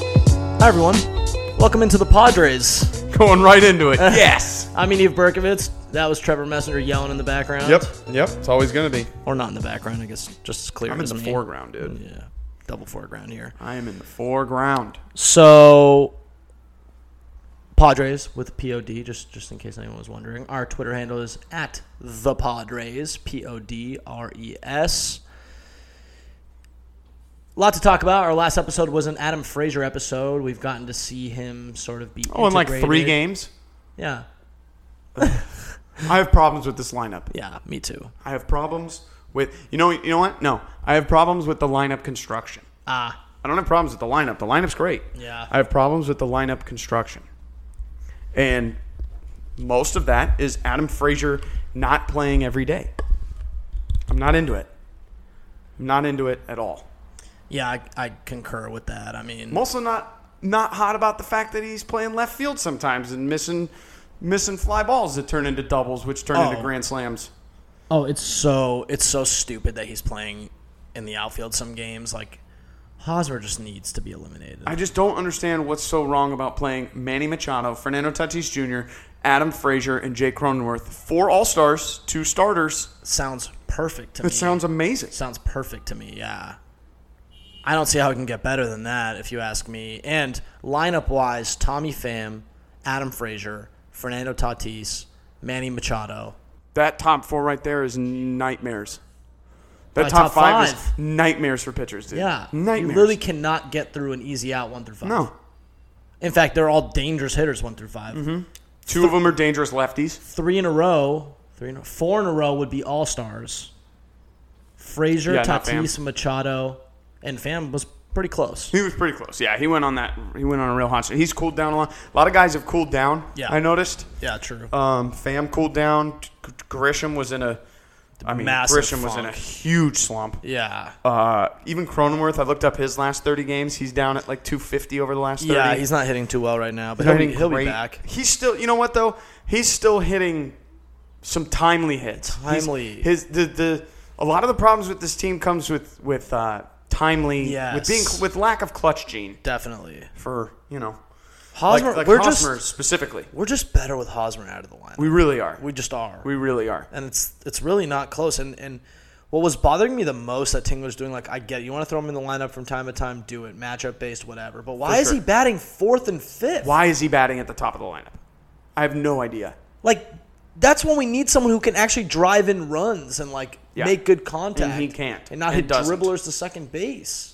Hi, everyone. Welcome into the Padres. Going right into it. yes. I'm Eve Berkovitz. That was Trevor Messenger yelling in the background. Yep, yep. It's always gonna be. Or not in the background, I guess. Just as clear I'm in as the me. foreground, dude. Yeah. Double foreground here. I am in the foreground. So, Padres with POD, just, just in case anyone was wondering. Our Twitter handle is at the Padres, P O D R E S. lot to talk about. Our last episode was an Adam Frazier episode. We've gotten to see him sort of be. Oh, in like three integrated. games. Yeah. I have problems with this lineup. Yeah, me too. I have problems with you know you know what? No, I have problems with the lineup construction. Ah, I don't have problems with the lineup. The lineup's great. Yeah. I have problems with the lineup construction, and most of that is Adam Frazier not playing every day. I'm not into it. I'm not into it at all. yeah, I, I concur with that. I mean, I'm also not not hot about the fact that he's playing left field sometimes and missing missing fly balls that turn into doubles, which turn Oh. into grand slams. oh, it's so it's so stupid that he's playing in the outfield some games. Like Hosmer just needs to be eliminated. I just don't understand what's so wrong about playing Manny Machado, Fernando Tatis Jr., Adam Frazier, and Jake Cronenworth. Four All Stars, two starters. sounds perfect to me. That sounds amazing. sounds perfect to me. Yeah. I don't see how it can get better than that, if you ask me. And lineup wise, Tommy Pham, Adam Frazier, Fernando Tatis, Manny Machado. That top four right there is nightmares. That Like top, Uh, top five, is five. nightmares for pitchers, dude. Yeah, you nightmares. literally cannot get through an easy out one through five. no. Mm-hmm. In fact, they're all dangerous hitters one through 5 Two of them are dangerous lefties. Three in a row, three in a, four in a row would be all stars. Frazier, Yeah, not Tatis, Machado, and Fam was pretty close. He was pretty close. Yeah, he went on that. He went on a real hot streak. He's cooled down a lot. A lot of guys have cooled down. Yeah. I noticed. Yeah, true. Um, Fam cooled down. G- G- Grisham was in a. I mean, Massive Grisham was in a funk. huge slump. yeah, Uh, even Cronenworth, I looked up his last thirty games. He's down at like two fifty over the last. 30. yeah, he's not hitting too well right now, but He's he'll, be, hitting he'll be great. back. He's still. You know what though? He's still hitting some timely hits. He's- Timely. his the the a lot of the problems with this team comes with with uh, timely with being Yes. with lack of clutch gene Definitely, for you know Hosmer. like, like we're Hosmer just specifically. we're just better with Hosmer out of the lineup. We really are. We just are. We really are. and it's it's really not close. And and what was bothering me the most that Ting was doing, like I get it. you want to throw him in the lineup from time to time, do it, matchup based, whatever. But why For is sure. he batting fourth and fifth? Why is he batting at the top of the lineup? I have no idea. Like that's when we need someone who can actually drive in runs and like Yeah. make good contact. And he can't. and not And hit doesn't. dribblers to second base.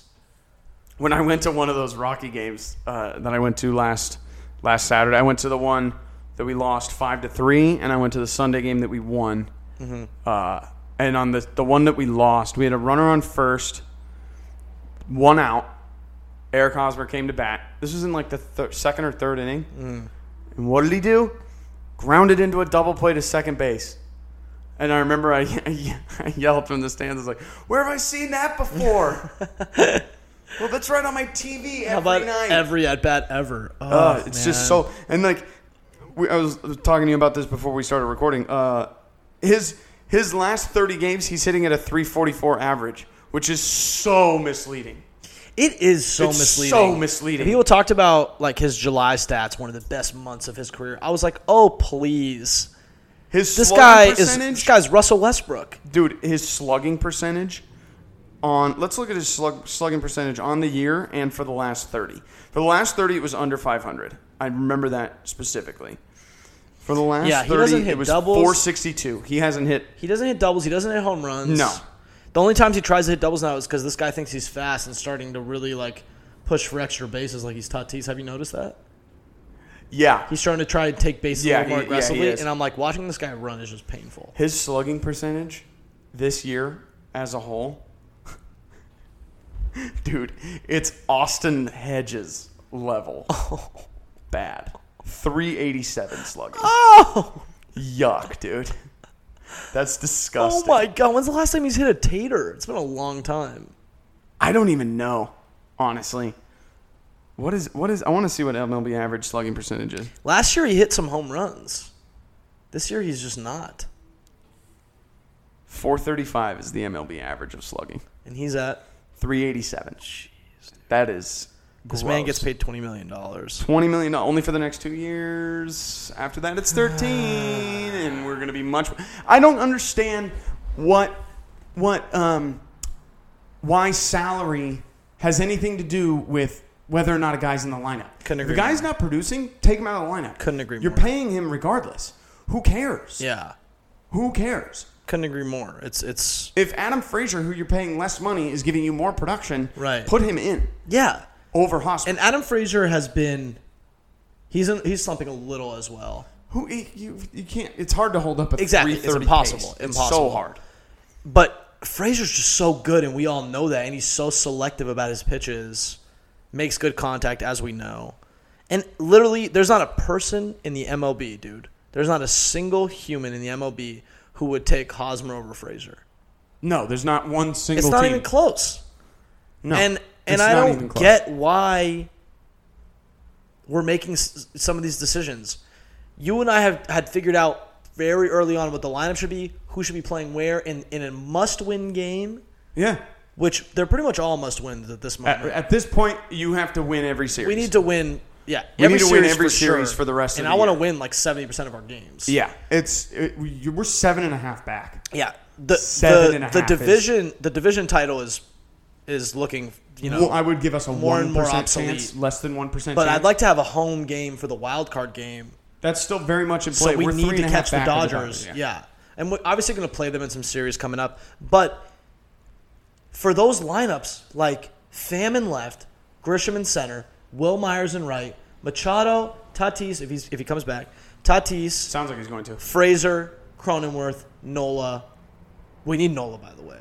When I went to one of those Rocky games uh, that I went to last last Saturday, I went to the one that we lost five to three, and I went to the Sunday game that we won. Uh, and on the the one that we lost, we had a runner on first, one out. Eric Hosmer came to bat. This was in like the thir- second or third inning. Mm. And what did he do? Grounded into a double play to second base. And I remember I, I yelled from the stands, I was like, where have I seen that before? well, that's right on my TV every How about night. every at bat ever? Oh, Uh, it's just man. so. And like, we, I was talking to you about this before we started recording. Uh, his his last 30 games, he's hitting at a 344 average, which is so misleading. It is so It's misleading. so misleading. People talked about like his July stats, one of the best months of his career. I was like, oh please, His this slugging guy is percentage, this guy's Russell Westbrook. dude, his slugging percentage on let's look at his slug, slugging percentage on the year and for the last 30. For the last 30 it was under 500. I remember that specifically. For the last Yeah, he 30 doesn't hit it was doubles. 462. He hasn't hit He doesn't hit doubles. He doesn't hit home runs. No. The only times he tries to hit doubles now is because this guy thinks he's fast and starting to really like push for extra bases, like he's Tatis. Have you noticed that? yeah. He's starting to try and take bases a Yeah, little more he- yeah, he aggressively, is. and I'm like, watching this guy run is just painful. His slugging percentage this year as a whole dude, it's Austin Hedges level. Bad. 387 slugging. Oh, Yuck, dude. That's oh disgusting. my god! When's the last time he's hit a tater? It's been a long time. I don't even know, honestly. What is what is I want to see what MLB average slugging percentage is. Last year he hit some home runs. This year he's just not, 435 is the MLB average of slugging. and he's at 387. That is This man Gross. gets paid twenty million dollars. Twenty million dollars only for the next two years. After that, it's thirteen, and we're gonna be much. I don't understand what what um why salary has anything to do with whether or not a guy's in the lineup. Couldn't if agree a guy's not producing, take him out of the lineup. Couldn't agree You're more. paying him regardless. Who cares? Yeah, Who cares? couldn't agree more. It's it's If Adam Frazier, who you're paying less money, is giving you more production, Right. put him in yeah. over Hospital. And Adam Frazier has been he's in, he's slumping a little as well. Who you you can't. It's hard to hold up a Exactly, it's 330 impossible, pace. It's impossible. so hard. But Frazier's just so good, and we all know that, and he's so selective about his pitches, makes good contact, as we know. And literally, there's not a person in the MLB, dude. There's not a single human in the MLB who would take Hosmer over Frazier. No, there's not one single. It's not team. even close. No, and and it's I not even don't close. get why we're making s- some of these decisions. You and I have had figured out very early on what the lineup should be, who should be playing where, in in a must-win game, Yeah. which they're pretty much all must-wins at this At, moment. at this point, you have to win every series. we need to win. Yeah, We need to win every for sure. series for the rest of And I the want to year. win like seventy percent of our games. Yeah, it's it, we- we're seven and a half back. yeah. The Seven the, and a the half is- division the division title is is looking you know well, I would give us a more and one more percent obsolete. chance, less than one percent. But chance. I'd like to have a home game for the wild card game, that's still very much in so play. we we're need three to and a half catch the back of Dodgers. yeah. yeah. and we're obviously going to play them in some series coming up. But for those lineups, like Pham in left, Grisham in center, Will Myers in right, Machado, Tatis if he's if he comes back, Tatis, Sounds like he's going to. Fraser, Cronenworth, Nola. We need Nola, by the way.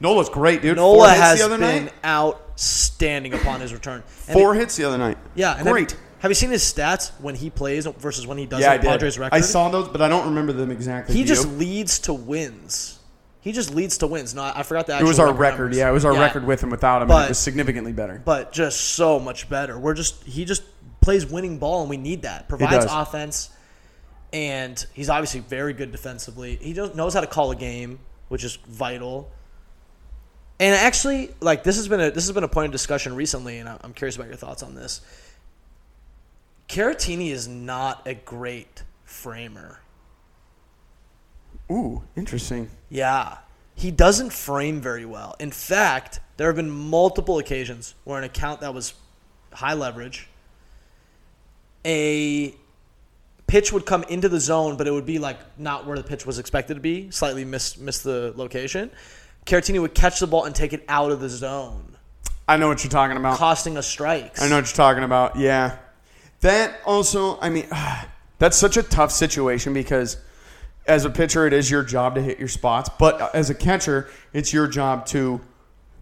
Nola's great, dude. Four Nola hits has the other been night. outstanding upon his return. And Four hits the other night. Yeah, and great. Have, have you seen his stats when he plays versus when he doesn't? yeah, I did. Padres record. I saw those, but I don't remember them exactly. He Do just you? leads to wins. He just leads to wins. No, I forgot the. It Actual was our record. numbers. Yeah, it was our record with and without him. and But- it was significantly better. But just so much better. We're just he just plays winning ball, and we need that. Provides does. offense, and he's obviously very good defensively. He just knows how to call a game, which is vital. And actually, like this has been a this has been a point of discussion recently, and I- I'm curious about your thoughts on this. Caratini is not a great framer. Ooh, interesting. Yeah. He doesn't frame very well. In fact, there have been multiple occasions where an account that was high leverage, a pitch would come into the zone, but it would be like not where the pitch was expected to be, slightly miss miss the location. Caratini would catch the ball and take it out of the zone, I know what you're talking about. costing us strikes. I know what you're talking about. Yeah. That also, I mean, that's such a tough situation because as a pitcher, it is your job to hit your spots, but as a catcher, it's your job to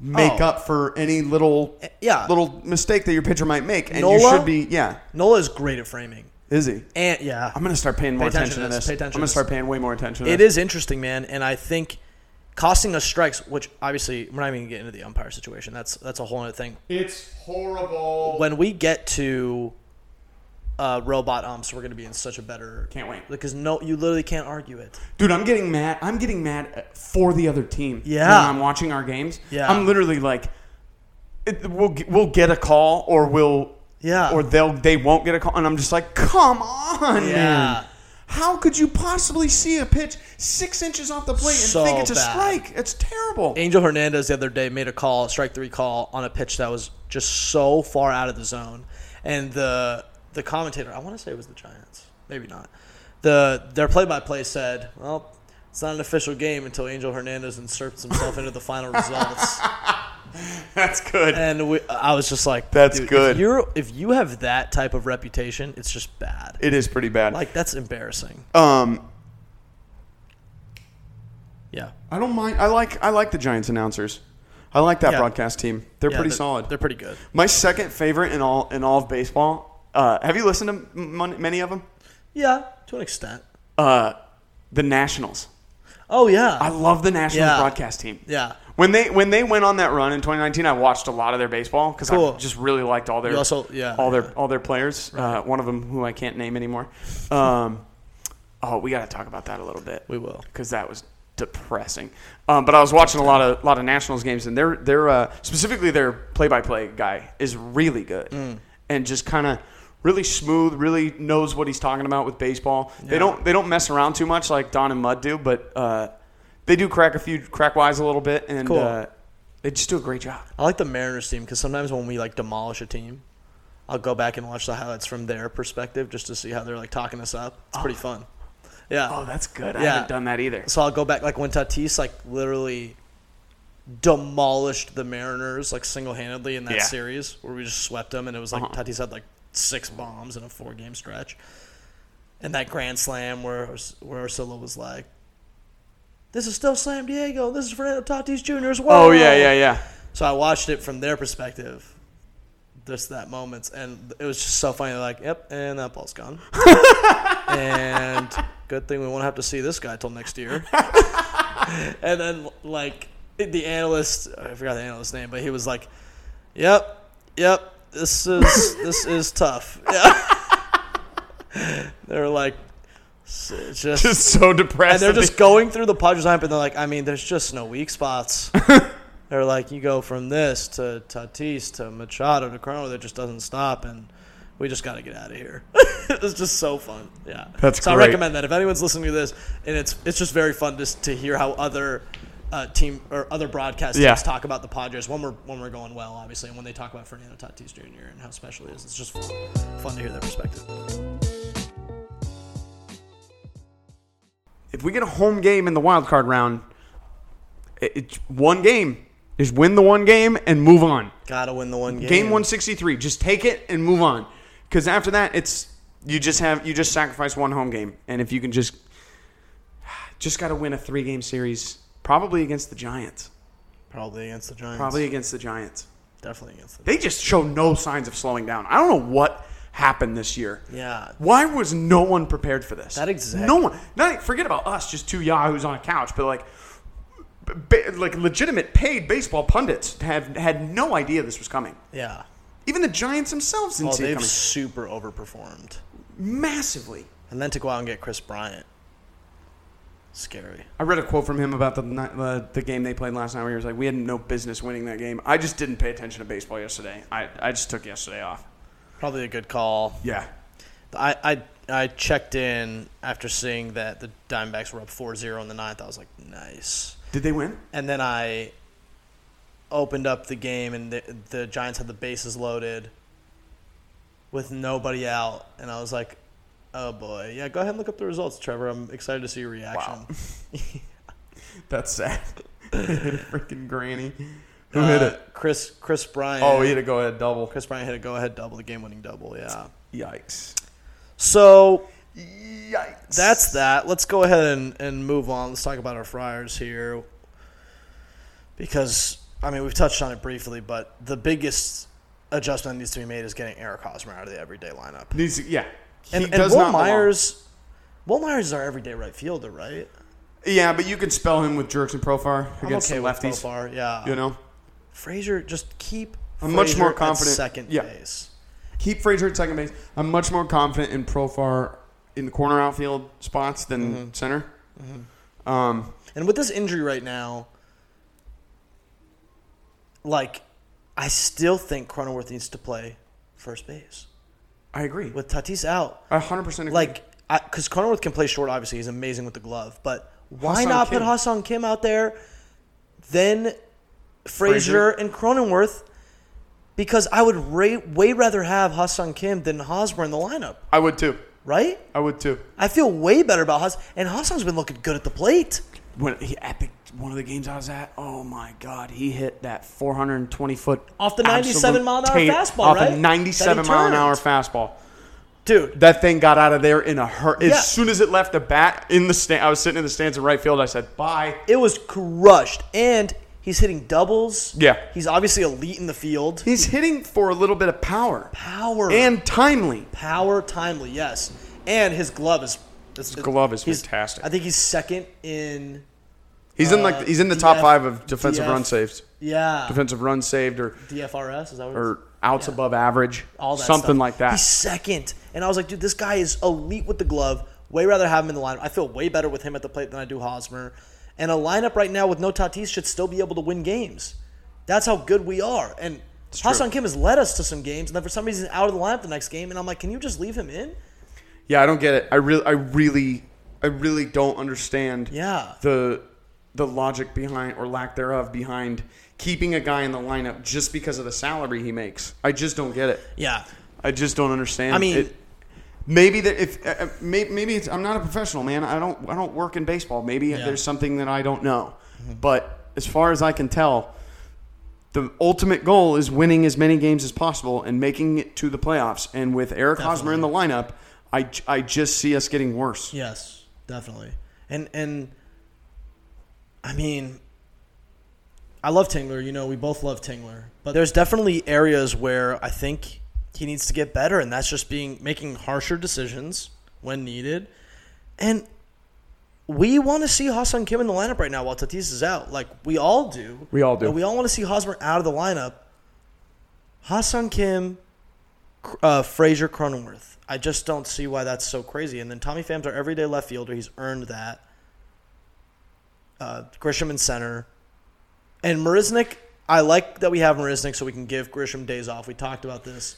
make Oh. Eh, up for any little yeah. little mistake that your pitcher might make, and you Nola? should be yeah. Nola is great at framing. Is he? And yeah. I'm gonna start paying more Pay attention attention, to to this. this. Pay attention I'm to gonna this. start paying way more attention to It this. is interesting, man, and I think costing us strikes, which obviously we're not even gonna get into the umpire situation. That's that's a whole other thing. It's horrible. When we get to uh, robot umps, we're gonna be in such a better. Can't wait. because no, you literally can't argue it. Dude, I'm getting mad. I'm getting mad uh, for the other team. Yeah. When I'm watching our games. Yeah. I'm literally like, it, we'll g- we'll get a call or we'll Yeah. or they'll they won't get a call and I'm just like, come on, Yeah. man. How could you possibly see a pitch six inches off the plate and So think it's a bad. strike? It's terrible. Angel Hernandez the other day made a call, strike three call on a pitch that was just so far out of the zone, and the the commentator, I want to say it was the Giants, maybe not. The their play by play said, "Well, it's not an official game until Angel Hernandez inserts himself into the final results." That's good. And we, I was just like, That's dude, good. If, you're, if you have that type of reputation, it's just bad. it is pretty bad. like that's embarrassing. um, Yeah, I don't mind. I like I like the Giants announcers. I like that Yeah. broadcast team. They're Yeah, pretty solid. They're pretty good. My second favorite in all in all of baseball. Uh, have you listened to m- mon- many of them? Yeah, to an extent. Uh, the Nationals. Oh yeah, I love the Nationals Yeah. broadcast team. yeah. When they when they went on that run in 2019, I watched a lot of their baseball because Cool. I just really liked all their You also- yeah, all yeah. their all their players. Uh, one of them who I can't name anymore. Um, oh, we got to talk about that a little bit We will. because that was depressing. Um, but I was watching a lot of lot of Nationals games, and their their uh, specifically their play by play guy is really good, and just kind of really smooth, really knows what he's talking about with baseball. They don't they don't mess around too much like Don and Mud do, but uh, they do crack a few crack wise a little bit, and Cool. uh, they just do a great job. I like the Mariners team because sometimes when we like demolish a team, I'll go back and watch the highlights from their perspective just to see how they're like talking us up. It's pretty fun. Yeah. Oh, that's good. I Yeah. haven't done that either. So I'll go back like when Tatis like literally demolished the Mariners like single handedly in that Yeah. series where we just swept them and it was like Uh-huh. Tatis had like six bombs in a four game stretch. And that grand slam where Urs- where Ursula was like, "This is still Slam Diego. This is Fernando Tatis Jr.'s Oh world." yeah, yeah, yeah. So I watched it from their perspective, just that moments, and it was just so funny. Like, yep, and that ball's gone. and good thing we won't have to see this guy till next year. and then like the analyst, I forgot the analyst's name, but he was like, "Yep, yep, this is this is tough." Yeah. they were like, "S- it's just Just so and depressed. they're that just going through the Padres lineup, and they're like, I mean, there's just no weak spots. they're like, you go from this to Tatis to Machado to Crono that just doesn't stop, and we just got to get out of here. it's just so fun. Yeah, That's so I great. recommend that if anyone's listening to this, and it's it's just very fun just to hear how other. Uh, team or other broadcast teams Yeah. talk about the Padres when we're when we're going well, obviously, and when they talk about Fernando Tatis Jr. and how special he is, it's just fun to hear their perspective. if we get a home game in the wild card round, it, it's one game is win the one game and move on. Gotta win the one game. Game 163, just take it and move on. Cuz after that it's you just have you just sacrifice one home game and if you can just just got to win a 3 game series probably against the Giants. probably against the Giants. Probably against the Giants. definitely against the. They just show no signs of slowing down. I don't know what happened this year. Yeah, Why was no one prepared for this? That exact- No one. Not forget about us, just two yahoos on a couch, but like, ba- like legitimate paid baseball pundits have had no idea this was coming. Yeah. Even the Giants themselves didn't Oh, see it they've coming super overperformed. massively. And then to go out and get Chris Bryant. Scary. I read a quote from him about the ni- uh, the game they played last night. Where he was like, "We had no business winning that game. I just didn't pay attention to baseball yesterday. I I just took yesterday off." Probably a good call. Yeah. I, I, I checked in after seeing that the Diamondbacks were up 4 0 in the ninth. I was like, nice. Did they win? And then I opened up the game, and the, the Giants had the bases loaded with nobody out. And I was like, oh boy. Yeah, go ahead and look up the results, Trevor. I'm excited to see your reaction. Wow. That's sad. Freaking granny. Uh, Chris, Chris Bryant. Oh, a go ahead double. Chris Bryant hit a go ahead double, the game winning double, yeah. Yikes. So Yikes. that's that. Let's go ahead and, and move on. Let's talk about our Friars here. Because, I mean, we've touched on it briefly, but the biggest adjustment that needs to be made is getting Eric Hosmer out of the everyday lineup. Needs to- yeah. And, He and does Will not belong. Myers. Will Myers is our everyday right fielder, right? Yeah, but you can spell him with jerks and profar I'm against okay the with lefties. Profar, yeah. You know, Frazier, just keep. I'm much Frazier more at confident- second yeah. base. keep Frazier at second base. I'm much more confident in profar in the corner outfield spots than Mm-hmm. center. Um, And with this injury right now, like, I still think Cronenworth needs to play first base I agree. with Tatis out. I 100 percent agree. Like, because Cronenworth can play short. Obviously, he's amazing with the glove. But why Hassan not put Kim. Hassan Kim out there, then Frazier Frazier. and Cronenworth? Because I would ra- way rather have Hassan Kim than Hosmer in the lineup, I would too. right? I would too. I feel way better about Hassan, and Hassan's been looking good at the plate. When he epic one of the games I was at, oh my god, he hit that 420 foot Off the 97 absolute mile an hour tape fastball, off right? That a he 97 mile an turned. hour fastball. Dude, That thing got out of there in a hurt. As Yeah. soon as it left the bat in the stand, I was sitting in the stands in right field. I said, "Bye." It was crushed, and he's hitting doubles. Yeah. he's obviously elite in the field. He's hitting for a little bit of power Power and timely. power, timely, yes. And his glove is his glove is fantastic. I think he's second in. He's in like he's in the Uh, top DF five of defensive DF run saves, Yeah, defensive runs saved, or DFRS is that what it's- or outs above average, all that stuff. something like that. He's second, and I was like, dude, this guy is elite with the glove. Way rather have him in the lineup. I feel way better with him at the plate than I do Hosmer. And a lineup right now with no Tatis should still be able to win games. That's how good we are. And Hassan Kim has led us to some games, and then for some reason out of the lineup the next game. And I'm like, can you just leave him in? Yeah, I don't get it. I really, I really, I really don't understand. Yeah. The the logic behind or lack thereof behind keeping a guy in the lineup just because of the salary he makes. I just don't get it. Yeah. I just don't understand. I mean- It- maybe that if uh, uh, may- maybe it's, I'm not a professional man. I don't I don't work in baseball. Maybe there's something that I don't know. Mm-hmm. But as far as I can tell, the ultimate goal is winning as many games as possible and making it to the playoffs. And with Eric Hosmer in the lineup, I, j- I just see us getting worse. Yes, definitely. And and I mean, I love Tingler. You know, we both love Tingler, but there's definitely areas where I think he needs to get better, and that's just being making harsher decisions when needed. And we want to see Hassan Kim in the lineup right now while Tatis is out. Like we all do. We all do. And we all want to see Hosmer out of the lineup. Hassan Kim, Cr- uh, Frazier Cronenworth. I just don't see why that's so crazy. And then Tommy Pham's our everyday left fielder. He's earned that. Uh, Grisham in center. And Marisnik, I like that we have Marisnik so we can give Grisham days off. We talked about this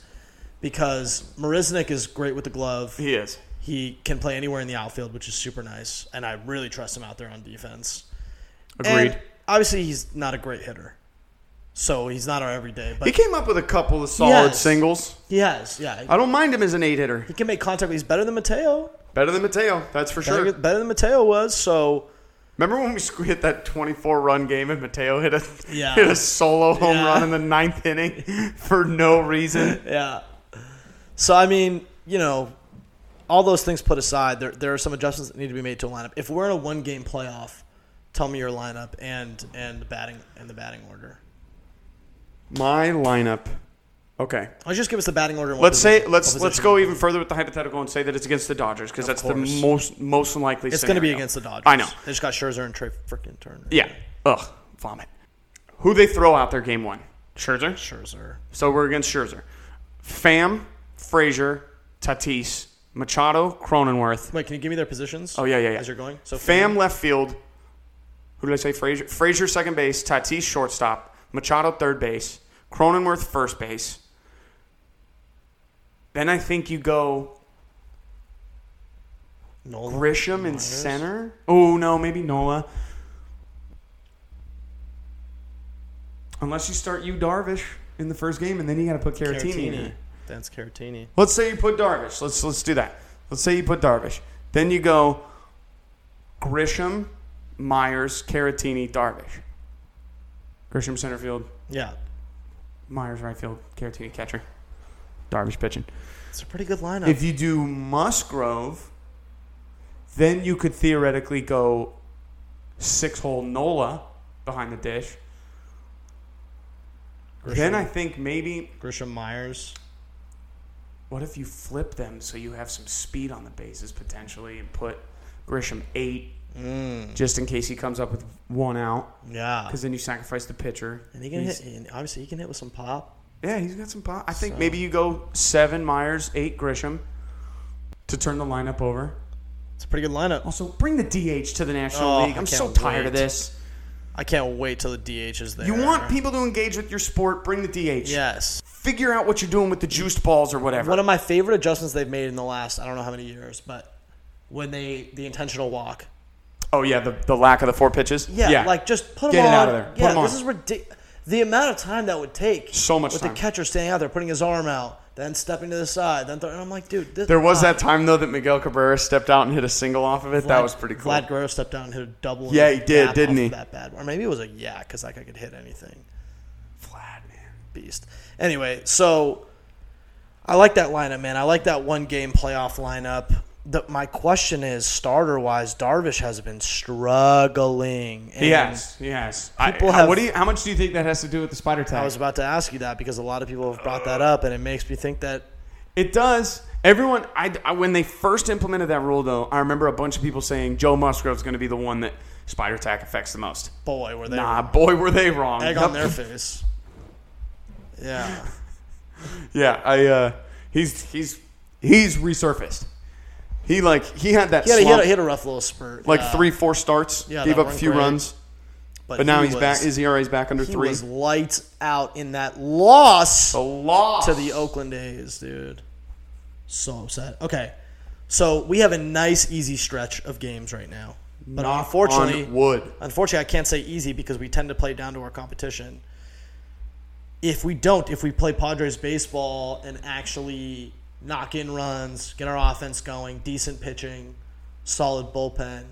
because Marisnik is great with the glove. He is. He can play anywhere in the outfield, which is super nice. And I really trust him out there on defense. Agreed. And obviously, he's not a great hitter. So he's not our everyday, he but came up with a couple of solid Yes. singles. he has, yeah. I don't mind him as an eight hitter. He can make contact. He's better than Mateo. Better than Mateo, that's for Better, sure. better than Mateo was. So Remember when we squ- hit that 24 run game and Mateo hit a Yeah. hit a solo home Yeah. run in the ninth inning for no reason? yeah. So I mean, you know, all those things put aside, there there are some adjustments that need to be made to a lineup. If we're in a one game playoff, tell me your lineup and and the batting and the batting order. My lineup. Okay, Let's just give us the batting order. and what let's say position- let's what let's position. go even further with the hypothetical and say that it's against the Dodgers because that's course. the most most likely. It's going to be scenario. against the Dodgers. I know. They just got Scherzer and Trey freaking Turner. Yeah. Ugh. Vomit. Who they throw out their game one? Scherzer. Scherzer. So we're against Scherzer. Fam, Frazier, Tatis, Machado, Cronenworth, Wait, can you give me their positions? Oh yeah, yeah, yeah. As you're going, so Fam left field. Who did I say? Frazier. Frazier second base. Tatis shortstop. Machado third base. Cronenworth first base. Then I think you go Nolan. Grisham in Myers. center. Oh no, maybe Nola. Unless you start you Darvish in the first game, and then you got to put Caratini. in Caratini. there. That's Caratini. Let's say you put Darvish. Let's let's do that. Let's say you put Darvish. Then you go Grisham, Myers, Caratini, Darvish. Grisham center field, Yeah, Myers right field, Caratini catcher, Darvish pitching. it's a pretty good lineup. If you do Musgrove, then you could theoretically go six hole Nola behind the dish. Grisham, Then I think maybe Grisham Myers. What if you flip them so you have some speed on the bases potentially and put Grisham eight Mm. just in case he comes up with one out? Yeah, Because then you sacrifice the pitcher. and he can He's- hit. And obviously, he can hit with some pop. Yeah, he's got some pop. I think So- maybe you go seven Myers, eight Grisham to turn the lineup over. It's a pretty good lineup. Also, bring the DH to the National Oh, League. I I'm so can't tired of wait. this. I can't wait till the DH is there. You want people to engage with your sport, bring the DH. Yes. Figure out what you're doing with the juiced balls or whatever. One of my favorite adjustments they've made in the last I don't know how many years, but when they the intentional walk. oh, yeah, the, the lack of the four pitches. Yeah, like just put him Get it on. out of there. Put Yeah, him on. this is ridiculous. The amount of time that would take. So much with time. the catcher standing out there, putting his arm out, then stepping to the side, then throwing. And I'm like, dude, this, There was that time though that Miguel Cabrera stepped out and hit a single off of it. that Vlad- was pretty cool. Vlad Guerrero stepped down and hit a double. Yeah, and he did, gap didn't off he? of That bad, or maybe it was a yeah, because like I could hit anything. Vlad, man. beast. Anyway, so I like that lineup, man. I like that one game playoff lineup. The, my question is, starter wise, Darvish has been struggling. And Yes, yes. People I, have- what do you, how much do you think that has to do with the spider I tag? was about to ask you that because a lot of people have brought that up, and it makes me think that It does. Everyone, I, I- when they first implemented that rule, though, I remember a bunch of people saying Joe Musgrove's going to be the one that spider attack affects the most. boy, were they Nah, boy, were they wrong. egg on their face. Yeah, Yeah, I. Uh, he's he's he's resurfaced. He like he had that He had, a, he, had slump, a, he had a rough little spurt. like yeah. three four starts, Yeah, gave that up a weren't few great. runs, but now he he's was- back. His E ERA's back under He three. was lights out in that loss a loss to the Oakland A's, dude. So upset. Okay, so we have a nice easy stretch of games right now, but Knock unfortunately, on wood. unfortunately, I can't say easy because we tend to play down to our competition. If we don't, if we play Padres baseball and actually knock in runs, get our offense going, decent pitching, solid bullpen,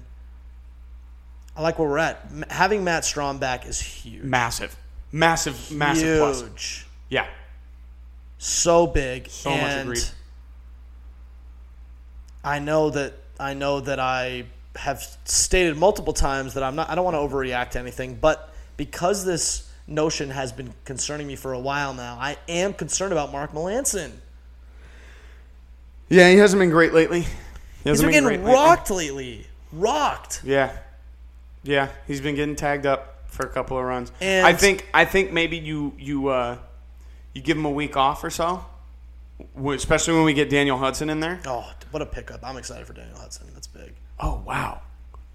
I like where we're at. M- Having Matt Strom back is huge. Massive, massive, massive plus. Huge. Yeah, So big. So much and agreed. I know that I know that I have stated multiple times that I'm not I don't want to overreact to anything, but because this notion has been concerning me for a while now, I am concerned about Mark Melanson. yeah. He hasn't been great lately. He He's hasn't been been getting great lately. rocked lately. Rocked. Yeah, yeah, he's been getting tagged up for a couple of runs. And- I think I think maybe you you uh, you give him a week off or so, w- especially when we get Daniel Hudson in there. Oh, what a pickup. I'm excited for Daniel Hudson. That's big. Oh wow,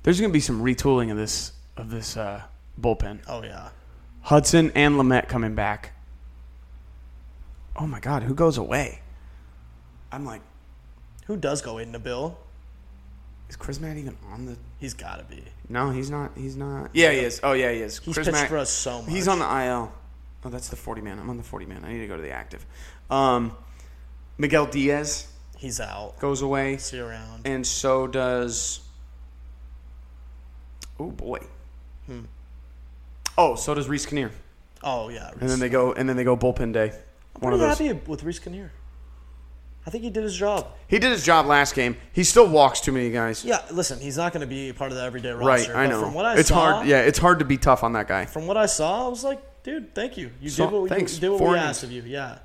there's gonna be some retooling of this of this uh, bullpen. Oh yeah. Hudson and Lamette coming back. Oh my God, who goes away? I'm like, Who does go in the bill? is Chris Matt even on the? He's gotta be. No, he's not. He's not. Yeah, he is. Oh yeah, he is. He's Chris pitched Matt- for us so much. He's on the IL. Oh, that's the 40 man. I'm on the 40 man. I need to go to the active. Um, Miguel Diaz He's out. goes away, See you around. and so does. Oh boy. Hmm. Oh, so does Reese Kinnear. Oh yeah. And then they go. And then they go bullpen day. One of Pretty those. happy with Reese Kinnear. I think he did his job. He did his job last game. He still walks too many guys. Yeah, listen, he's not going to be part of the everyday right. roster. I but know. From what I it's saw, hard. Yeah, it's hard to be tough on that guy. From what I saw, I was like, dude, thank you. You So- did what we, thanks. you did what Four we innings. asked of you. Yeah,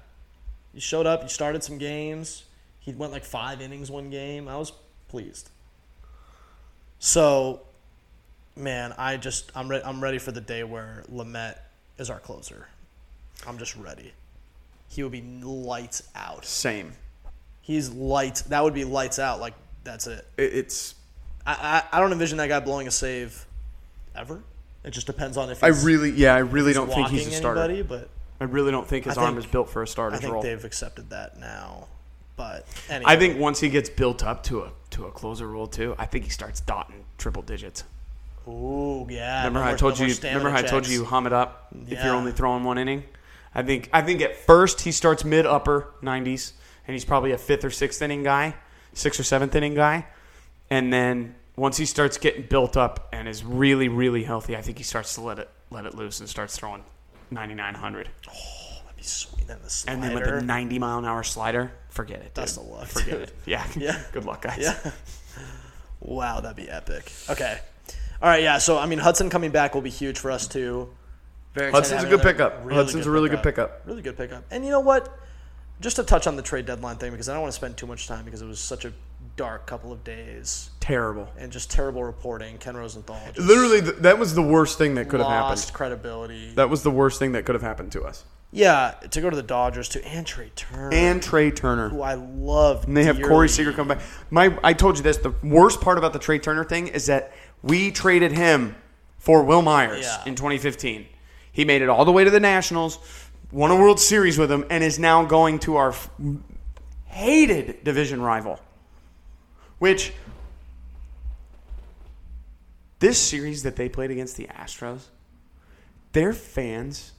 you showed up. You started some games. He went like five innings one game. I was pleased. So, man, I just I'm re- I'm ready for the day where Lamette is our closer. I'm just ready. He will be lights out. Same. He's lights. That would be lights out. Like that's it. It, it's. I, I I don't envision that guy blowing a save, ever. It just depends on if I he's really. Yeah, I really don't walking think he's a starter. anybody. But I really don't think his I arm think- is built for a starter's I think role. they've accepted that now. But anyway, I think once he gets built up to a to a closer role too, I think he starts dotting triple digits. ooh yeah. Remember no how I more- told no more you? stamina Remember how I told checks. you you hum it up if Yeah. you're only throwing one inning. I think I think at first he starts mid upper 90s, and he's probably a fifth or sixth inning guy, sixth or seventh inning guy, and then once he starts getting built up and is really really healthy, I think he starts to let it let it loose and starts throwing 9900, That'd be sweet in the slider. and then with a 90 mile an hour slider, forget it. Dude. That's the luck. Forget dude. it. Yeah. Yeah. Good luck, guys. Yeah. wow, that'd be epic. Okay. All right. Yeah. So I mean, Hudson coming back will be huge for us too. Very excited Hudson's to have a good another pickup. Hudson's a really good pickup. Really good pickup. And you know what? Just to touch on the trade deadline thing because I don't want to spend too much time because it was such a dark couple of days Terrible. and just terrible reporting. Ken Rosenthal just Literally, th- that was the worst thing that could have lost happened. credibility. That was the worst thing that could have happened to us. Yeah, to go to the Dodgers to and Trey Turner, And Trey Turner. who I love. And they have Corey Seager come back. My, I told you this. The worst part about the Trey Turner thing is that we traded him for Will Myers Yeah. in 2015. He made it all the way to the Nationals, won a World Series with him, and is now going to our f- hated division rival. Which this series that they played against the Astros, their fans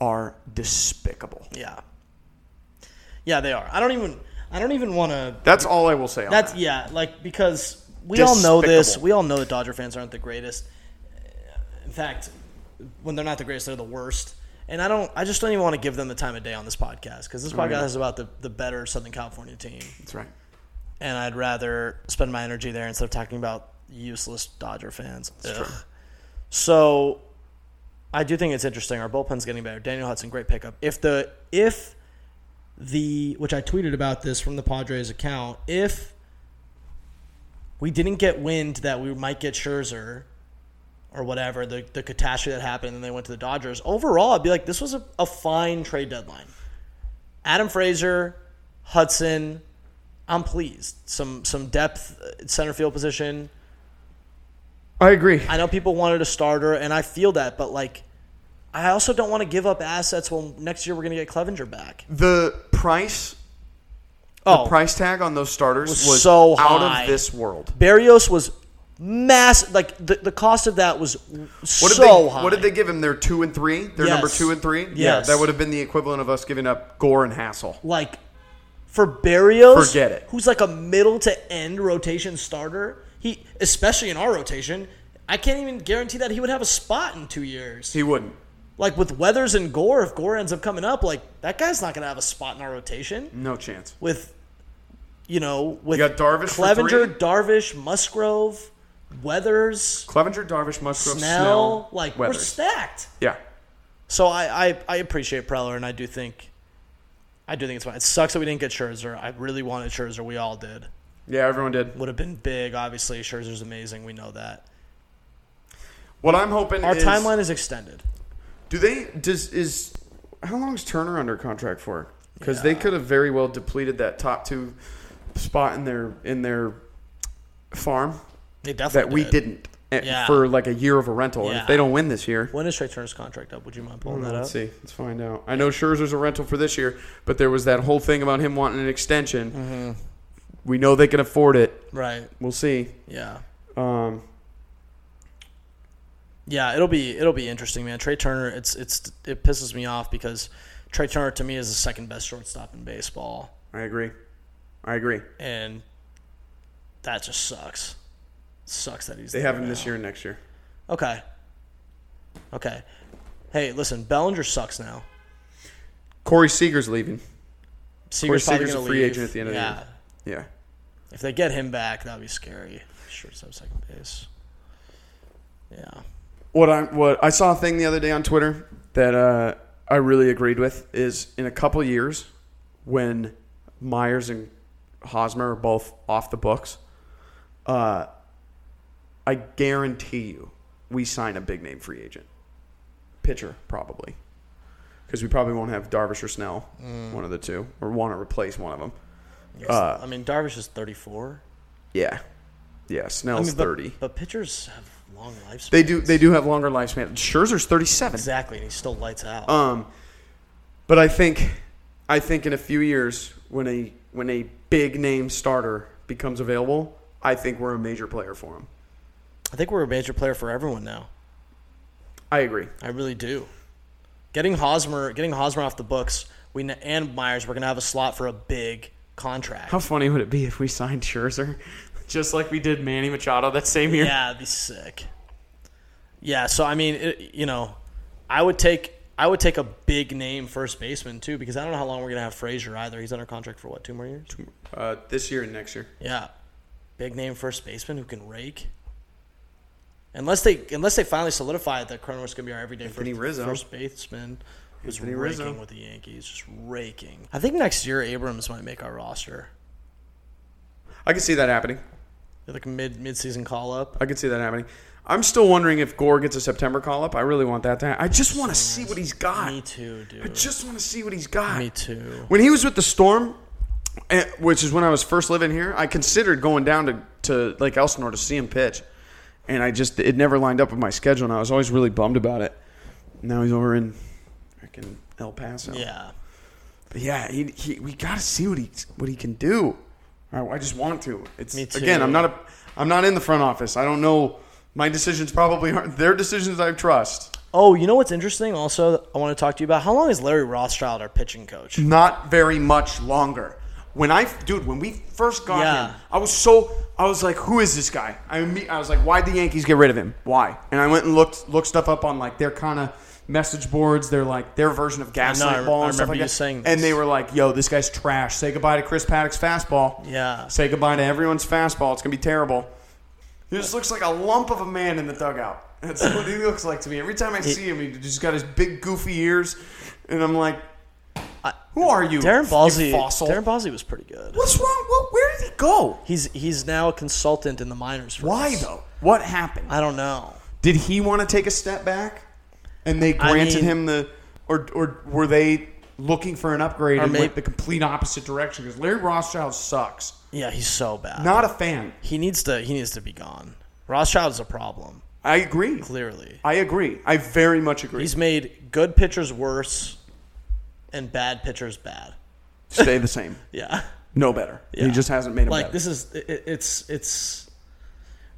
are despicable. Yeah, yeah, they are. I don't even. I don't even want to. That's all I will say. On That's that. yeah, like because we all know this. Despicable. We all know that Dodger fans aren't the greatest. In fact, when they're not the greatest, they're the worst. And I don't. I just don't even want to give them the time of day on this podcast because this podcast is about the the better Southern California team, that's right. and I'd rather spend my energy there instead of talking about useless Dodger fans. Ugh. So, I do think it's interesting. Our bullpen's getting better. Daniel Hudson, great pickup. If the if the which I tweeted about this from the Padres account, if we didn't get wind that we might get Scherzer or whatever, the, the catastrophe that happened and they went to the Dodgers, overall, I'd be like, this was a, a fine trade deadline. Adam Frazier, Hudson, I'm pleased. Some some depth at center field position. I agree. I know people wanted a starter, and I feel that, but like, I also don't want to give up assets. Well, next year we're going to get Clevenger back. The price, Oh, the price tag on those starters was, Was so out high. of this world. Barrios was mass. Like the, the cost of that was so What did they, high. What did they give him? Their two and three. Their number Yes. two and three. Yes. that would have been the equivalent of us giving up Gore and Hassel. like for Barrios? Forget it. Who's like a middle to end rotation starter? He, especially in our rotation, I can't even guarantee that he would have a spot in two years. He wouldn't. Like with Weathers and Gore, if Gore ends up coming up, like that guy's not going to have a spot in our rotation. No chance. with you know with You got Darvish for Clevenger, three? Darvish, Musgrove, Weathers, Clevenger, Darvish, Musgrove, Snell, Snell, like we're Weathers. stacked. yeah. So I, I I appreciate Preller and I do think I do think it's fine. It sucks that we didn't get Scherzer. I really wanted Scherzer. We all did. Yeah, everyone did. Would have been big. Obviously, Scherzer's amazing. We know that. What I'm hoping Our is, timeline is extended. Do they does is how long is Turner under contract for? Because they could have very well depleted that top two spot in their in their farm They that definitely we did. didn't at- Yeah. for like a year of a rental. And Yeah. if they don't win this year, When is Trey Turner's contract up? Would you mind pulling that up? let's see. Let's find out. I know Scherzer's a rental for this year, but there was that whole thing about him wanting an extension. Mm-hmm. We know they can afford it. Right. We'll see. Yeah. Um, Yeah, it'll be it'll be interesting, man. Trey Turner, it's it's it pisses me off because Trey Turner to me is the second best shortstop in baseball, I agree. I agree. and that just sucks. Sucks that he's They there have him this now. year and next year. Okay. Okay. Hey, listen, Bellinger sucks now. Corey Seager's leaving. Seager's probably Seager's a gonna free leave. agent at the end of the yeah. year. Yeah. If they get him back, that'd be scary. Shortstop, second base. Yeah. what I what I saw a thing the other day on Twitter that uh, I really agreed with is in a couple years when Myers and Hosmer are both off the books, uh, I guarantee you we sign a big name free agent, pitcher probably, because we probably won't have Darvish or Snell, Mm. one of the two, or want to replace one of them. Yes. Uh, I mean, Darvish is thirty-four. Yeah, yeah, I Snell's mean, but, thirty. But pitchers have long lifespans. They do they do have longer lifespan. Scherzer's thirty seven. Exactly, and he still lights out. Um, but I think, I think in a few years, when a when a big name starter becomes available, I think we're a major player for him. I think we're a major player for everyone now. I agree. I really do. Getting Hosmer, getting Hosmer off the books, we ne- and Myers, we're gonna have a slot for a big contract. How funny would it be if we signed Scherzer, just like we did Manny Machado that same year? yeah, that'd be sick. Yeah, so I mean, it, you know, I would take I would take a big name first baseman too because I don't know how long we're gonna have Frazier either. He's under contract for what two more years? Uh, this year and next year. Yeah, big name first baseman who can rake. Unless they unless they finally solidify that Cronenworth's gonna be our everyday Anthony first, Rizzo. first baseman who's Anthony raking Rizzo. with the Yankees, just raking. I think next year Abrams might make our roster. I could see that happening. Like mid mid season call up. I could see that happening. I'm still wondering if Gore gets a September call up. I really want that to happen. I just want to see what he's Me got. too, dude. I just want to see what he's got. Me too. When he was with the Storm, eh, which is when I was first living here, I considered going down to, to Lake Elsinore to see him pitch. And I just, it never lined up with my schedule, and I was always really bummed about it. Now he's over in freaking El Paso. Yeah. But yeah, he, he, we got to see what he, what he can do. I, I just want to. It's, Me too. Again, I'm not, a, I'm not in the front office. I don't know. My decisions probably aren't their decisions I trust. Oh, you know what's interesting? Also, I want to talk to you about how long is Larry Rothschild our pitching coach? not very much longer. When I, dude, when we first got Yeah. him, I was so, I was like, who is this guy? I, imme- I was like, why'd the Yankees get rid of him? Why? And I went and looked, looked stuff up on like their kind of message boards. They're like their version of I Gaslight re- Ball I and stuff remember like you that. saying and this. they were like, yo, this guy's trash. Say goodbye to Chris Paddock's fastball. Yeah. Say goodbye to everyone's fastball. It's gonna be terrible. He just looks like a lump of a man in the dugout. That's what he looks like to me. Every time I see him, he just got his big goofy ears, and I'm like, "Who are you, Darren you Balsey. fossil? Darren Balsey was pretty good. What's wrong? What, where did he go? He's he's now a consultant in the minors. For Why us. though? What happened? I don't know. Did he want to take a step back, and they I granted mean- him the, or or were they looking for an upgrade and may- went the complete opposite direction because Larry Rothschild sucks. Yeah, he's so bad. Not a fan. He needs to. He needs to be gone. Rothschild's a problem. I agree. Clearly, I agree. I very much agree. he's made good pitchers worse, and bad pitchers bad. Stay the same. Yeah. No better. Yeah. He just hasn't made him like better. this is it, it- it's it's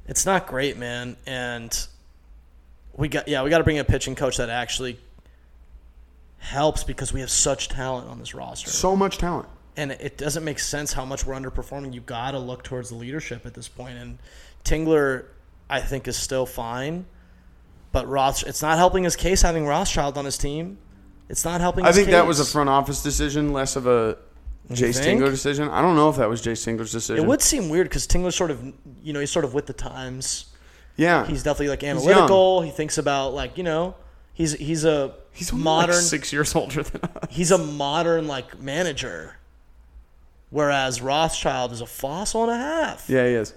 it's not great man and we got yeah we got to bring in a pitching coach that actually helps because we have such talent on this roster so much talent. and it doesn't make sense how much we're underperforming you gotta look towards the leadership at this point and tingler i think is still fine but Roth, it's not helping his case having rothschild on his team it's not helping I his think that was a case. front office decision, less of a Jay think? Stingler decision. I don't know if that was Jay Stingler's decision. it would seem weird because tingler's sort of you know he's sort of with the times yeah. He's definitely like young. analytical. He thinks about like you know, he's he's a he's only, like, modern. six years older than us. he's a modern like manager, whereas Rothschild is a fossil and a half. Yeah, he is.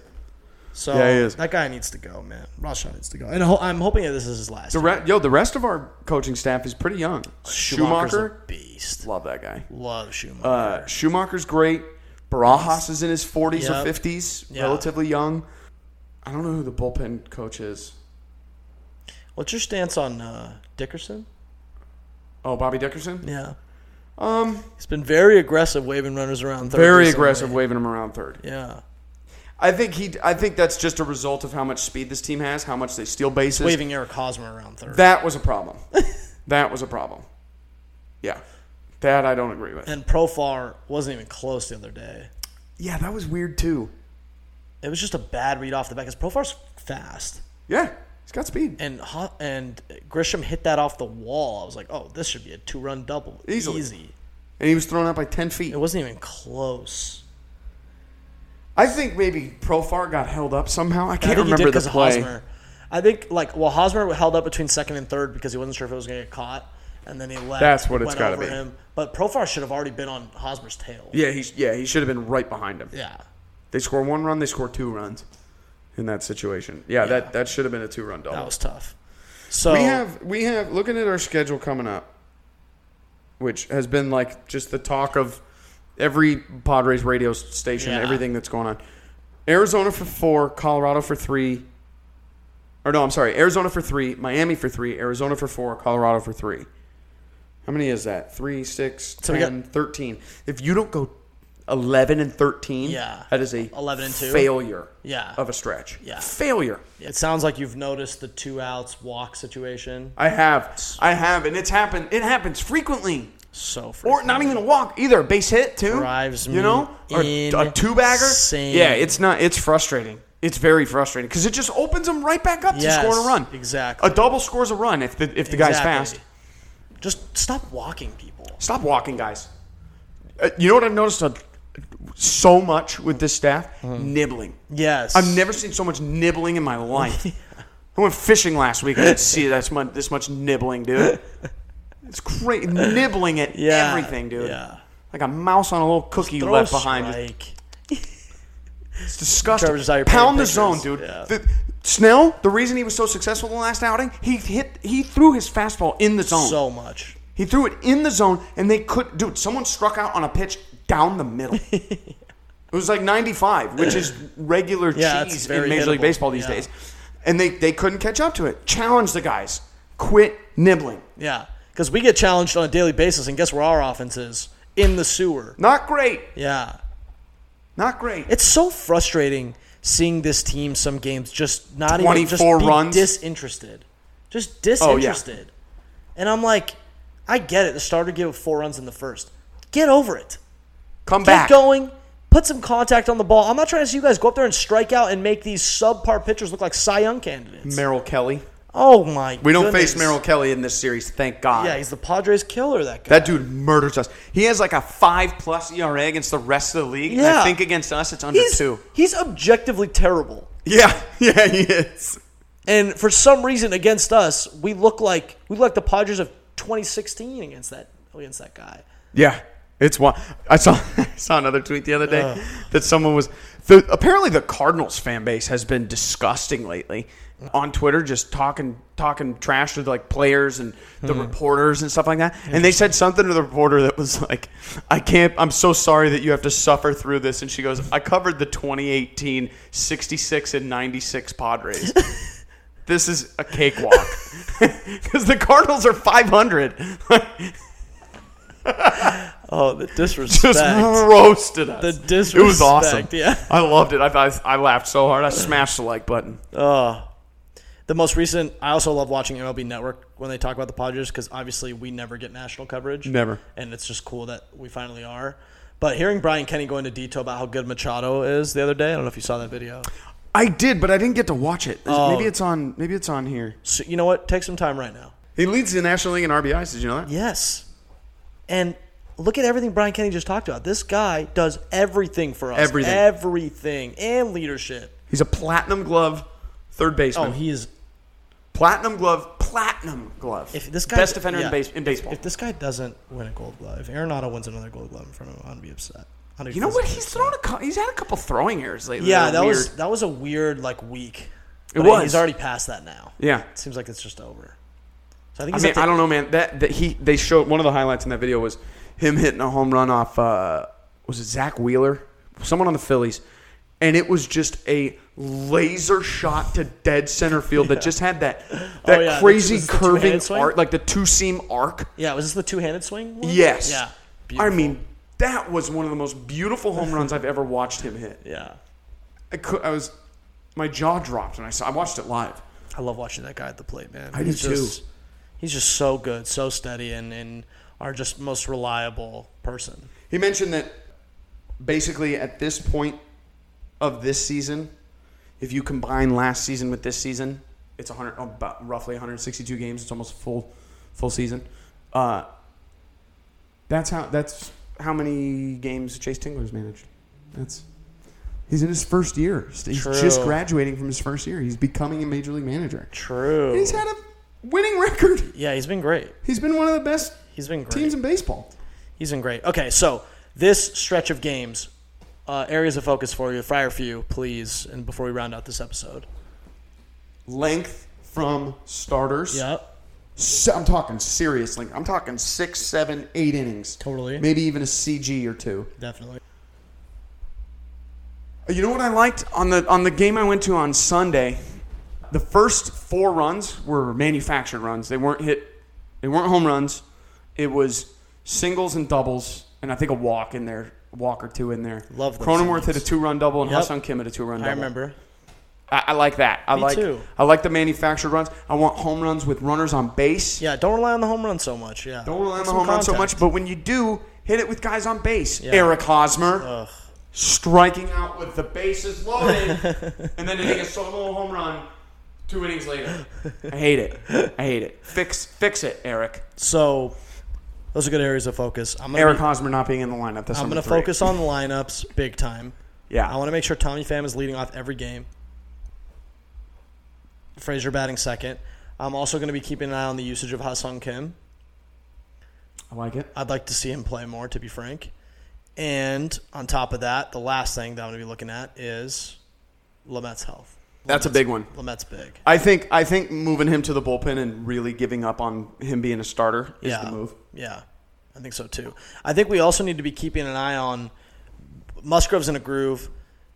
so yeah, he is. that guy needs to go, man. Rothschild needs to go, and ho- I'm hoping that this is his last. The re- yo, the rest of our coaching staff is pretty young. Schumacher's Schumacher, a beast. love that guy. Love Schumacher. Uh, Schumacher's great. Barajas is in his 40s Yep. or 50s, Yeah. relatively young. I don't know who the bullpen coach is. What's your stance on uh, Dickerson? Oh, Bobby Dickerson? Yeah, Um, he's been very aggressive, waving runners around. Third very recently. aggressive, waving him around third. Yeah, I think he. I think that's just a result of how much speed this team has, how much they steal bases. waving Eric Hosmer around third. That was a problem. that was a problem. Yeah, that I don't agree with. and Profar wasn't even close the other day. Yeah, that was weird too. It was just a bad read off the back. Because Profar's fast, Yeah, he's got speed. and Ho- and Grisham hit that off the wall. I was like, oh, this should be a two run double, Easily. easy. and he was thrown out by 10 feet. It wasn't even close. I think maybe Profar got held up somehow. I can't I think remember he did the because play. Hosmer. I think like well, Hosmer held up between second and third because he wasn't sure if it was going to get caught, and then he left. That's what it's went gotta over be. Him. But Profar should have already been on Hosmer's tail. Yeah, he yeah he should have been right behind him. Yeah. They score one run, they score two runs in that situation. Yeah, that that should have been a two run that double. was tough. So we have we have looking at our schedule coming up, which has been like just the talk of every Padres radio station, Yeah. everything that's going on. Arizona for four, Colorado for three. Or no, I'm sorry. Arizona for three, Miami for three, Arizona for four, Colorado for three. How many is that? Three, six, So we 10, 13. If you don't go eleven and thirteen, Yeah. that is a 11 and two? failure Yeah. of a stretch. Yeah. Failure. it sounds like you've noticed the two outs walk situation. I have. I have, and it's happened. It happens frequently, So or freaking- not even a walk either. A base hit too. Drives me you know, or a- a two bagger. insane. Yeah, it's not. It's frustrating. It's very frustrating because it just opens them right back up Yes, to scoring a run. exactly. A double scores a run if the if the guy's Exactly. fast. Just stop walking people. Stop walking, guys. Uh, you know what I've noticed a, so much with this staff? Mm-hmm. Nibbling. Yes. I've never seen so much nibbling in my life. I went fishing last week. I didn't see that's much, this much nibbling, dude. It's crazy nibbling at Yeah, everything, dude. Yeah. Like a mouse on a little cookie you Throw left a behind. strike. It's disgusting. Trevor's out here painting Pound the pictures. zone, dude. Yeah. The- Snell, the reason he was so successful in the last outing, he hit, he threw his fastball in the zone. So much. He threw it in the zone, and they could. Dude, someone struck out on a pitch down the middle. it was like 95, which is regular Yeah, it's cheese in very Major League hittable. Baseball these Yeah. days. And they, they couldn't catch up to it. Challenge the guys. Quit nibbling. Yeah. Because we get challenged on a daily basis, and guess where our offense is? In the sewer. Not great. Yeah. Not great. It's so frustrating seeing this team some games just not even just 24 be runs? Oh, disinterested. Just yeah. disinterested. And I'm like, I get it. The starter gave up four runs in the first. Get over it. Come Get back. going. Put some contact on the ball. I'm not trying to see you guys go up there and strike out and make these subpar pitchers look like Cy Young candidates. Merrill Kelly. oh my! We don't face Merrill Kelly in this series, thank God. Yeah, he's the Padres killer. That guy. that dude murders us. He has like a five plus ERA against the rest of the league. And Yeah. I think against us, it's under he's two. he's objectively terrible. Yeah, yeah, he is. And for some reason, against us, we look like we look like the Padres of 2016 against that against that guy. Yeah, it's one. I saw I saw another tweet the other day that someone was. The, apparently, the Cardinals fan base has been disgusting lately, on Twitter just talking talking trash to like players and the reporters and stuff like that. And they said something to the reporter that was like, "I can't. I'm so sorry that you have to suffer through this." And she goes, "I covered the 2018 66 and 96 Padres." This is a cakewalk because the Cardinals are 500. Oh, the disrespect. Just roasted us. the disrespect. It was awesome. Yeah. I loved it. I, I, I laughed so hard. I smashed the like button. Oh. The most recent, I also love watching MLB Network when they talk about the Padres because obviously we never get national coverage. Never. And it's just cool that we finally are. But hearing Brian Kenny go into detail about how good Machado is the other day, I don't know if you saw that video. I did, but I didn't get to watch it. Oh. Maybe it's on. Maybe it's on here. So, you know what? Take some time right now. He leads the National League in RBIs. Did you know that? Yes. And look at everything Brian Kenny just talked about. This guy does everything for us. Everything. Everything. And leadership. He's a Platinum Glove third Oh, baseman. he is. platinum Glove. Platinum Glove. If this guy- best defender yeah. in, base, in baseball. If this guy doesn't win a gold glove, if Arenado wins another gold glove in front of him, I'd be upset. I'd be you know what? physically He's thrown. A, cou- he's had a couple throwing errors lately. Yeah, They're that was weird. that was a weird like week. It But was. He's already past that now. Yeah. It seems like it's just over. So I think I he's mean, up to- I don't know, man. That that he they showed one of the highlights in that video was him hitting a home run off uh, was it Zach Wheeler, someone on the Phillies, and it was just a laser shot to dead center field that just had that that Oh, yeah, the- crazy was it the curving two-handed swing? arc, like the two seam arc. Yeah, was this the two-handed swing? one? Yes. Yeah. I mean, that was one of the most beautiful home runs I've ever watched him hit. Yeah. I, cou- I was my jaw dropped when I saw. I watched it live. I love watching that guy at the plate, man. I do he's too. just, He's just so good, so steady, and, and our just most reliable person. He mentioned that basically at this point of this season, if you combine last season with this season, it's 100 about roughly 162 games. It's almost a full full season. Uh, that's how that's how many games Chase Tingler's managed. That's he's in his first year. He's True. just graduating from his first year. He's becoming a major league manager. True. He's had a winning record. yeah, he's been great. He's been one of the best He's been great. teams in baseball. He's been great. Okay, so this stretch of games, uh, areas of focus for you, fire for you, please, and before we round out this episode. Length from starters. Yep. Se- I'm talking seriously. I'm talking six, seven, eight innings. Totally. Maybe even a CG or two. Definitely. You know what I liked on the on the game I went to on Sunday? The first four runs were manufactured runs. They weren't hit. They weren't home runs. It was singles and doubles, and I think a walk in there, walk or two in there. Love those Cronenworth singles. hit a two-run double, and Yep. Hassan Kim hit a two-run double. I remember. I, I like that. I Me like. too. I like the manufactured runs. I want home runs with runners on base. Yeah, don't rely on the home run so much. Yeah. Don't rely on the Some home run so contact. much, but when you do, hit it with guys on base. Yeah. Eric Hosmer Ugh. striking out with the bases loaded, and then hitting a solo home run two innings later. I hate it. I hate it. Fix fix it, Eric. So those are good areas of focus. I'm gonna Eric be- Hosmer not being in the lineup. That's I'm number gonna three. focus on the lineups big time. I Yeah, want to make sure Tommy Pham is leading off every game. Frazier batting second. I'm also going to be keeping an eye on the usage of Hassan Kim. Oh, I like it. I'd like to see him play more, to be frank. And on top of that, the last thing that I'm going to be looking at is Lamette's health. That's a big one. Lamette's big. I think I think moving him to the bullpen and really giving up on him being a starter is yeah. the move. Yeah, I think so too. I think we also need to be keeping an eye on Musgrove's in a groove.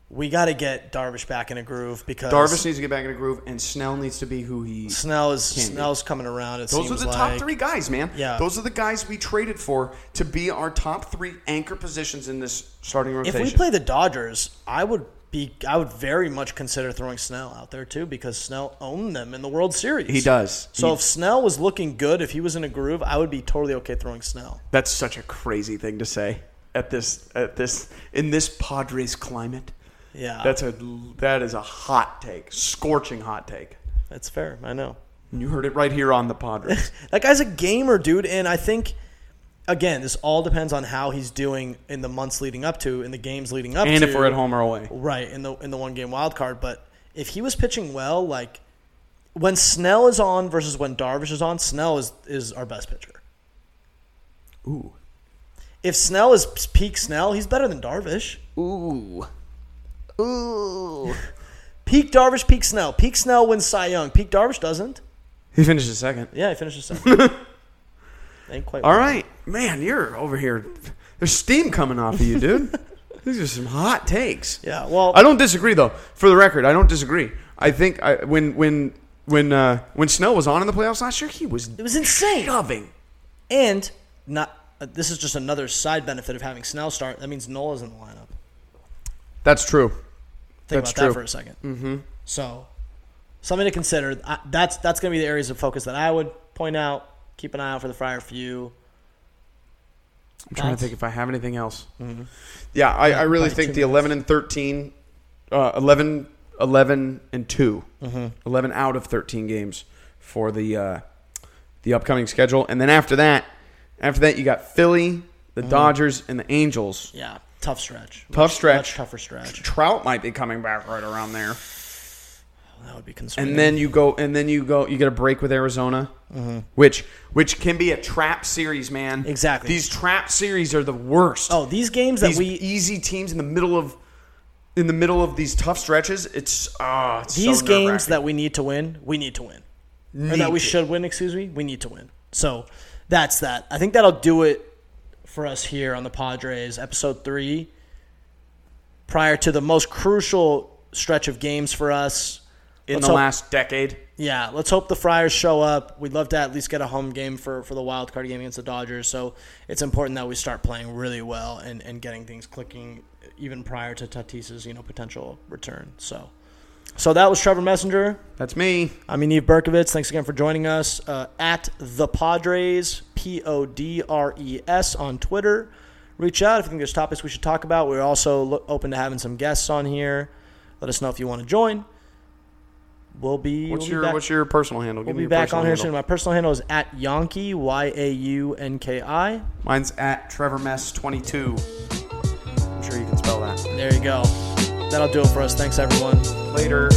We got to get Darvish back in a groove because Darvish needs to get back in a groove, and Snell needs to be who he Snell is Can be. Snell's coming around. It Those seems are the like. top three guys, man. Yeah. Those are the guys we traded for to be our top three anchor positions in this starting If rotation. we play the Dodgers, I would be. I would very much consider throwing Snell out there too because Snell owned them in the World Series. he does. So He- if Snell was looking good, if he was in a groove, I would be totally okay throwing Snell. that's such a crazy thing to say at this at this in this Padres climate. Yeah, that's That's a that is a hot take, scorching hot take. that's fair. I know. And You heard it right here on the Padres. That guy's a gamer, dude, and I think again, this all depends on how he's doing in the months leading up to, in the games leading up and to. if we're at home or away. Right, in the in the one game wild card, but if he was pitching well, like when Snell is on versus when Darvish is on, Snell is is our best pitcher. Ooh. If Snell is peak Snell, he's better than Darvish. Ooh. Ooh. Peak Darvish, peak Snell. Peak Snell wins Cy Young. Peak Darvish doesn't. He finishes second. Yeah, he finishes second. Ain't quite All right, man, you're over here. There's steam coming off of you, dude. These are some hot takes. Yeah, well, I don't disagree though. For the record, I don't disagree. I think I, when when when uh, when Snow was on in the playoffs last year, he was it was insane. shoving. And not uh, this is just another side benefit of having Snell start. That means Nola's in the lineup. That's true. Think That's about that true. for a 2nd Mm-hmm. So, something to consider. I, that's that's going to be the areas of focus that I would point out. Keep an eye out for the Friar Few. I'm trying That's- to think if I have anything else. Mm-hmm. Yeah, I, I really probably two think the 11 and 13, uh, 11, 11 and 2, Mm-hmm. 11 out of 13 games for the uh, the upcoming schedule. And then after that, after that, you got Philly, the Mm-hmm. Dodgers, and the Angels. Yeah, tough stretch. Tough stretch. Much tougher stretch. Trout might be coming back right around there. That would be concerning. And then you go, and then you go, you get a break with Arizona, Mm-hmm. which which can be a trap series, man. Exactly. These trap series are the worst. oh, these games that these we easy teams in the middle of in the middle of these tough stretches. It's ah, it's so these games nerve-wracking. that we need to win, we need to win. or that Need we to. should win, excuse me, we need to win. So that's that. I think that'll do it for us here on the Padres episode 3 prior to the most crucial stretch of games for us. in Let's the hope- last decade. Yeah, let's hope the Friars show up. We'd love to at least get a home game for, for the wild card game against the Dodgers. So it's important that we start playing really well and, and getting things clicking even prior to Tatis's you know potential return. So, so that was Trevor Messenger. That's me. I'm Eve Berkovitz. Thanks again for joining us uh, at the Padres P O D R E S on Twitter. Reach out if you think there's topics we should talk about. We're also lo- open to having some guests on here. Let us know if you want to join. We'll be. What's we'll your be back, what's your personal handle? we'll me be your back personal on here handle. soon. My personal handle is at Yonki Y A U N K I. Mine's at Trevor Mess twenty two. I'm sure you can spell that. There you go. That'll do it for us. Thanks everyone. Later.